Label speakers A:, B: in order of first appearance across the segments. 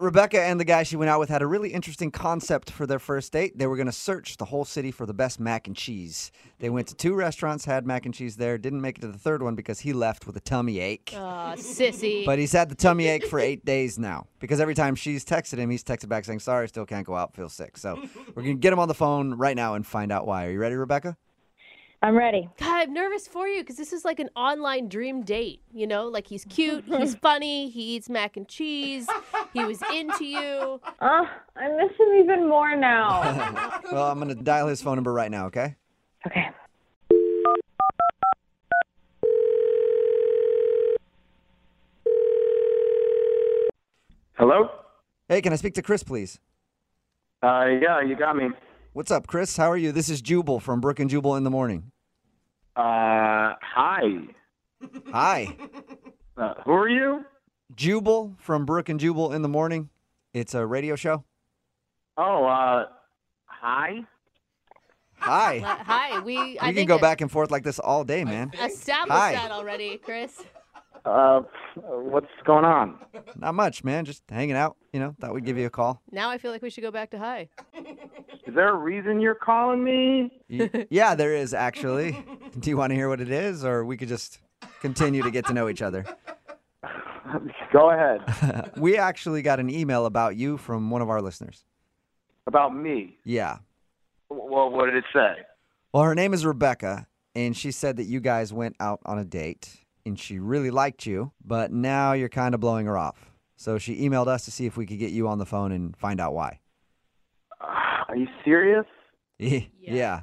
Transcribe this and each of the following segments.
A: Rebecca and the guy she went out with had a really interesting concept for their first date. They were going to search the whole city for the best mac and cheese. They went to two restaurants, had mac and cheese there, didn't make it to the third one because he left with a tummy ache.
B: Aw, Uh, sissy.
A: But he's had the tummy ache for eight days now because every time she's texted him, he's texted back saying, Sorry, still can't go out, feel sick. So we're going to get him on the phone right now and find out why. Are you ready, Rebecca?
C: I'm ready.
B: God, I'm nervous for you because this is like an online dream date. You know, like he's cute, he's funny, he eats mac and cheese, he was into you.
C: Uh, I miss him even more now.
A: Well, I'm going to dial his phone number right now, okay?
C: okay.
D: Hello?
A: Hey, can I speak to Chris, please?
D: Uh, yeah, you got me.
A: What's up, Chris? How are you? This is Jubal from Brook and Jubal in the Morning.
D: Uh, hi.
A: Hi.
D: Uh, who are you?
A: Jubal from Brook and Jubal in the morning. It's a radio show.
D: Oh, uh, hi.
A: Hi.
B: Uh, hi, we. I
A: We can
B: think
A: go
B: I-
A: back and forth like this all day, man.
B: Established
A: Hi.
B: that already, Chris.
D: Uh, what's going on?
A: Not much, man. Just hanging out. You know, thought we'd give you a call.
B: Now I feel like we should go back to hi.
D: Is there a reason you're calling me?
A: Y- yeah, there is actually. Do you want to hear what it is, or we could just continue to get to know each other?
D: Go ahead.
A: We actually got an email about you from one of our listeners.
D: About me.
A: Yeah.
D: Well, what did it say?
A: Well, her name is Rebecca, and she said that you guys went out on a date and she really liked you, but now you're kind of blowing her off. So she emailed us to see if we could get you on the phone and find out why.
D: Uh, Are you serious?
A: yeah. yeah.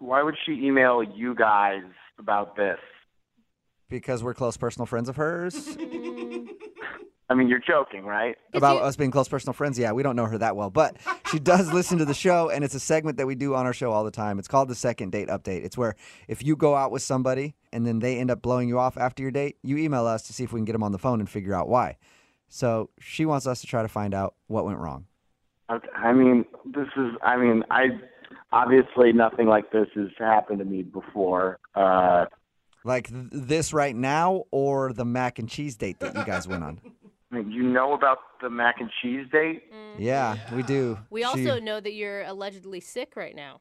D: Why would she email you guys about this?
A: Because we're close personal friends of hers.
D: I mean, you're joking, right?
A: About
B: you-
A: us being close personal friends. Yeah, we don't know her that well, but she does listen to the show, and it's a segment that we do on our show all the time. It's called the second date update. It's where if you go out with somebody and then they end up blowing you off after your date, you email us to see if we can get them on the phone and figure out why. So she wants us to try to find out what went wrong.
D: Okay, I mean, this is. I mean, I obviously nothing like this has happened to me before. Uh,
A: Like th- this right now, or the mac and cheese date that you guys went on.
D: I mean, you know about the mac and cheese date?
A: Mm. Yeah, we do.
B: We
A: She- Mm-hmm.
B: also know that you're allegedly sick right now.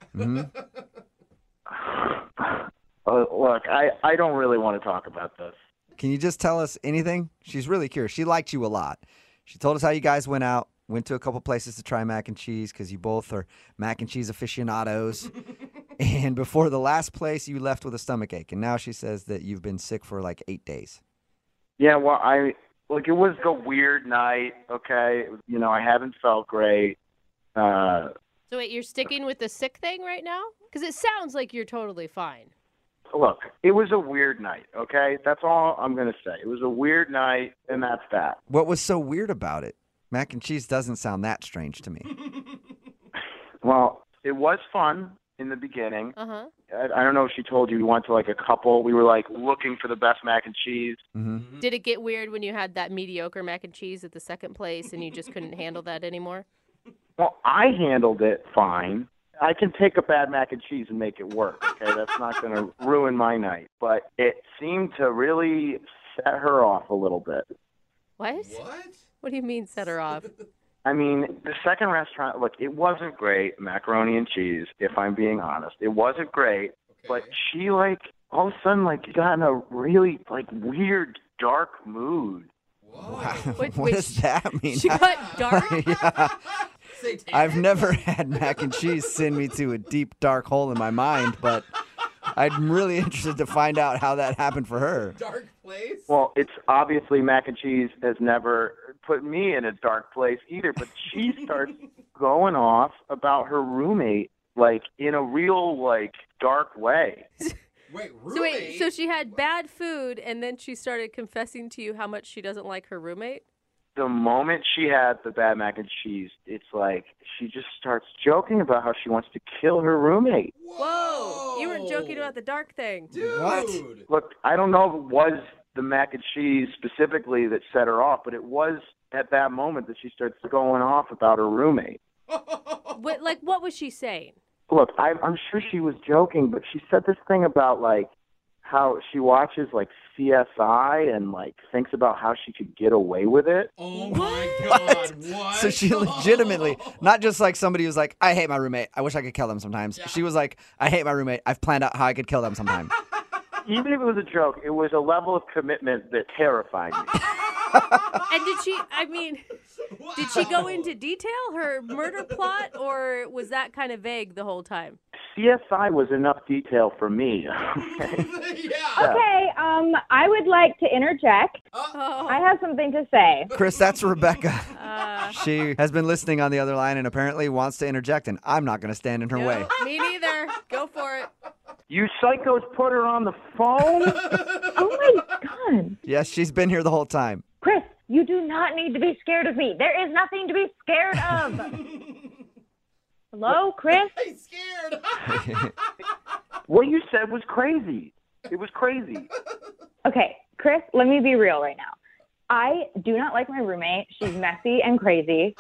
D: Uh, look, I, I don't really want to talk about this.
A: Can you just tell us anything? She's really curious. She liked you a lot. She told us how you guys went out, went to a couple places to try mac and cheese because you both are mac and cheese aficionados. and before the last place, you left with a stomach ache, and now she says that you've been sick for like eight days.
D: Yeah, well, I look. It was a weird night. Okay, you know, I haven't felt great. Uh,
B: So wait, you're sticking with the sick thing right now? Because it sounds like you're totally fine.
D: look, it was a weird night. Okay, that's all I'm gonna say. It was a weird night, and that's that.
A: What was so weird about it? Mac and cheese doesn't sound that strange to me.
D: Well, it was fun in the beginning.
B: Uh huh.
D: I, I don't know if she told you we went to like a couple. We were like looking for the best mac and cheese.
A: Mm-hmm.
B: Did it get weird when you had that mediocre mac and cheese at the second place and you just couldn't handle that anymore?
D: Well, I handled it fine. I can take a bad mac and cheese and make it work. Okay, that's not going to ruin my night. But it seemed to really set her off a little bit.
B: What?
E: What?
B: What do you mean set her off?
D: I mean, the second restaurant, look, it wasn't great, macaroni and cheese, if I'm being honest. It wasn't great, but she, like, all of a sudden, like, got in a really, like, weird, dark mood.
B: Wait,
A: what
B: wait,
A: does that mean?
B: She got dark.
A: I've never had mac and cheese send me to a deep dark hole in my mind, but I'm really interested to find out how that happened for her.
E: Dark place?
D: Well, it's obviously mac and cheese has never put me in a dark place either, but she starts going off about her roommate like in a real like dark way.
E: Wait,
B: So wait,
E: roommate?
B: so she had bad food, and then she started confessing to you how much she doesn't like her roommate.
D: the moment she had the bad mac and cheese, it's like she just starts joking about how she wants to kill her roommate.
B: Whoa! You were joking about the dark thing.
E: Dude.
A: What?
D: Look, I don't know if it was the mac and cheese specifically that set her off, but it was at that moment that she starts going off about her roommate.
B: What, like, what was she saying?
D: Look, I, I'm sure she was joking, but she said this thing about like how she watches like CSI and like thinks about how she could get away with it.
E: Oh my god, what?
A: So she legitimately, not just like somebody who's like, I hate my roommate. I wish I could kill them sometimes. She was like, I hate my roommate. I've planned out how I could kill them sometime.
D: Even if it was a joke, it was a level of commitment that terrified me.
B: And did she? I mean, did she go into detail her murder plot, or was that kind of vague the whole time?
D: CSI was enough detail for me.
E: yeah.
C: Okay, um, I would like to interject. I
B: Oh,
C: have something to say.
A: Chris, that's Rebecca.
B: uh,
A: She has been listening on the other line and apparently wants to interject, and I'm not going to stand in her
B: no,
A: way.
B: me neither. Go for it.
D: you psychos put her on the phone?
C: Oh my god.
A: Yes, she's been here the whole time.
C: Chris, you do not need to be scared of me. There is nothing to be scared of. Hello, Chris?
E: I'm scared.
D: what you said was crazy. It was crazy.
C: Okay, Chris, let me be real right now. I do not like my roommate. She's messy and crazy.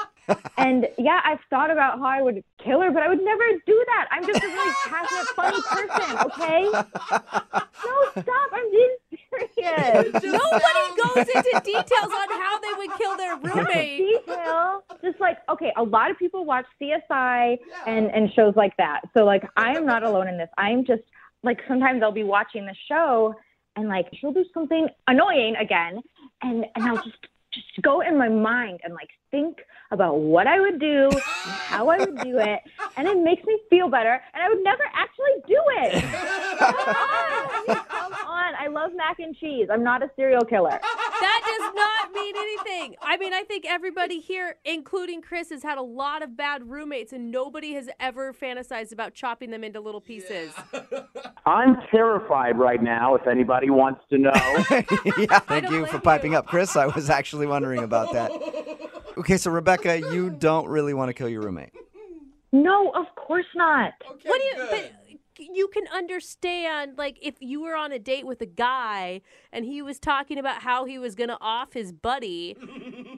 C: And yeah, I've thought about how I would kill her, but I would never do that. I'm just a really passionate, funny person, okay? No, stop. I'm being serious.
E: Just
B: Nobody
E: sounds-
B: goes into details on how they would kill their roommate.
C: Detail. Just like, okay, a lot of people watch CSI and, and shows like that. So, like, I am not alone in this. I'm just, like, sometimes I'll be watching the show and, like, she'll do something annoying again. And, and I'll just, just go in my mind and, like, think about what I would do, and how I would do it. And it makes me feel better. And I would never actually do it. Come on. Come on. I love mac and cheese. I'm not a serial killer.
B: That does not mean anything. I mean, I think everybody here, including Chris, has had a lot of bad roommates, and nobody has ever fantasized about chopping them into little pieces.
D: I'm terrified right now, if anybody wants to know.
A: yeah, thank
B: don't
A: you
B: blame
A: for
B: you.
A: piping up, Chris. I was actually wondering about that. Okay, so Rebecca, you don't really want to kill your roommate.
C: No, of course not.
E: Okay,
B: What do you?
E: good.
B: But you can understand, like, if you were on a date with a guy and he was talking about how he was gonna off his buddy,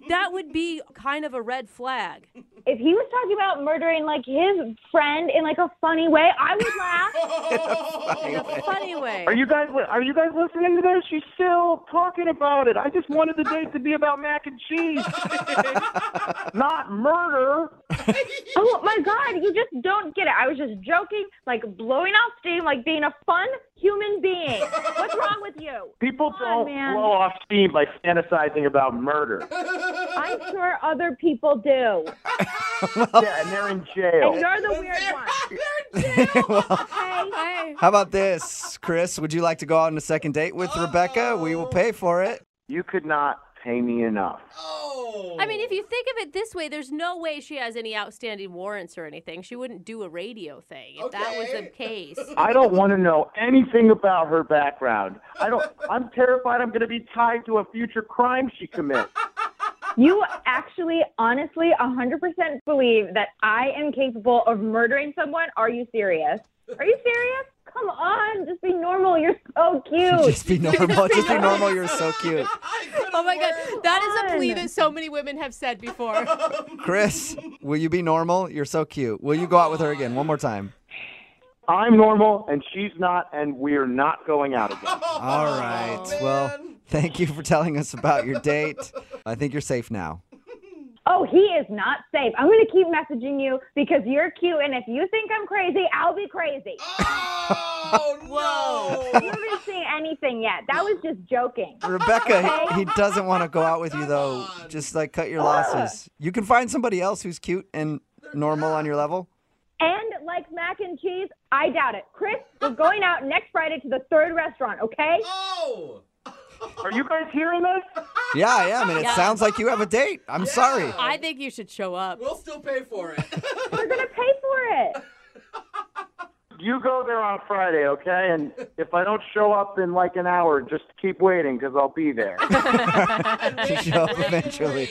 B: that would be kind of a red flag.
C: if he was talking about murdering like his friend in like a funny way, I would laugh.
B: Oh, In a funny way.
D: Are you guys li- are you guys listening to this? She's still talking about it. I just wanted the date to be about mac and cheese, not murder.
C: oh my god, you just don't get it. I was just joking, like blowing off steam, like being a fun human being. What's wrong with you?
D: People
C: Come on,
D: don't
C: man.
D: blow off steam by fantasizing about murder.
C: I'm sure other people do.
D: yeah, and they're in jail.
C: And you're the weird one.
B: Hey.
A: How about this, Chris? Would you like to go out on a second date with Rebecca? We will pay for it.
D: You could not pay me enough.
E: Oh.
B: I mean, if you think of it this way, there's no way she has any outstanding warrants or anything. She wouldn't do a radio thing if that was the
E: Okay.
B: case.
D: I don't want to know anything about her background. I don't. I'm terrified. I'm going to be tied to a future crime she commits.
C: You actually, honestly, 100% believe that I am capable of murdering someone. Are you serious? Are you serious? Come on, just be normal. You're so cute.
A: Just be normal. Just be normal. You're so cute.
B: Oh my god, that is a plea
C: on.
B: that so many women have said before.
A: Chris, will you be normal? You're so cute. Will you go out with her again one more time?
D: I'm normal and she's not, and we're not going out again.
E: Oh,
A: All
B: Oh,
A: right. Well, thank you for telling us about your date. I think you're safe now.
C: Oh, he is not safe. I'm going to keep messaging you because you're cute. And if you think I'm crazy, I'll be crazy.
E: Oh
C: You
E: no.
C: haven't seen anything yet. That was just joking.
A: Rebecca, he he doesn't want to go out with you though. Just like cut your losses. You can find somebody else who's cute and normal on your level.
C: And like mac and cheese, I doubt it. Chris, we're going out next Friday to the third restaurant, okay?
E: Oh.
D: Are you guys hearing this?
A: Yeah, I am, and it
B: Yeah.
A: sounds like you have a date. I'm sorry.
B: I think you should show up.
E: We'll still pay for it.
C: We're going to pay for it.
D: you go there on Friday, okay? And if I don't show up in like an hour, just keep waiting because I'll be there.
E: Wait,
A: show up
E: wait, wait.
A: eventually.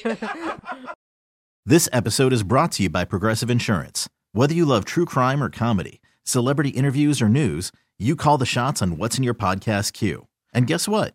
F: This episode is brought to you by Progressive Insurance. Whether you love true crime or comedy, celebrity interviews or news, you call the shots on what's in your podcast queue. And guess what?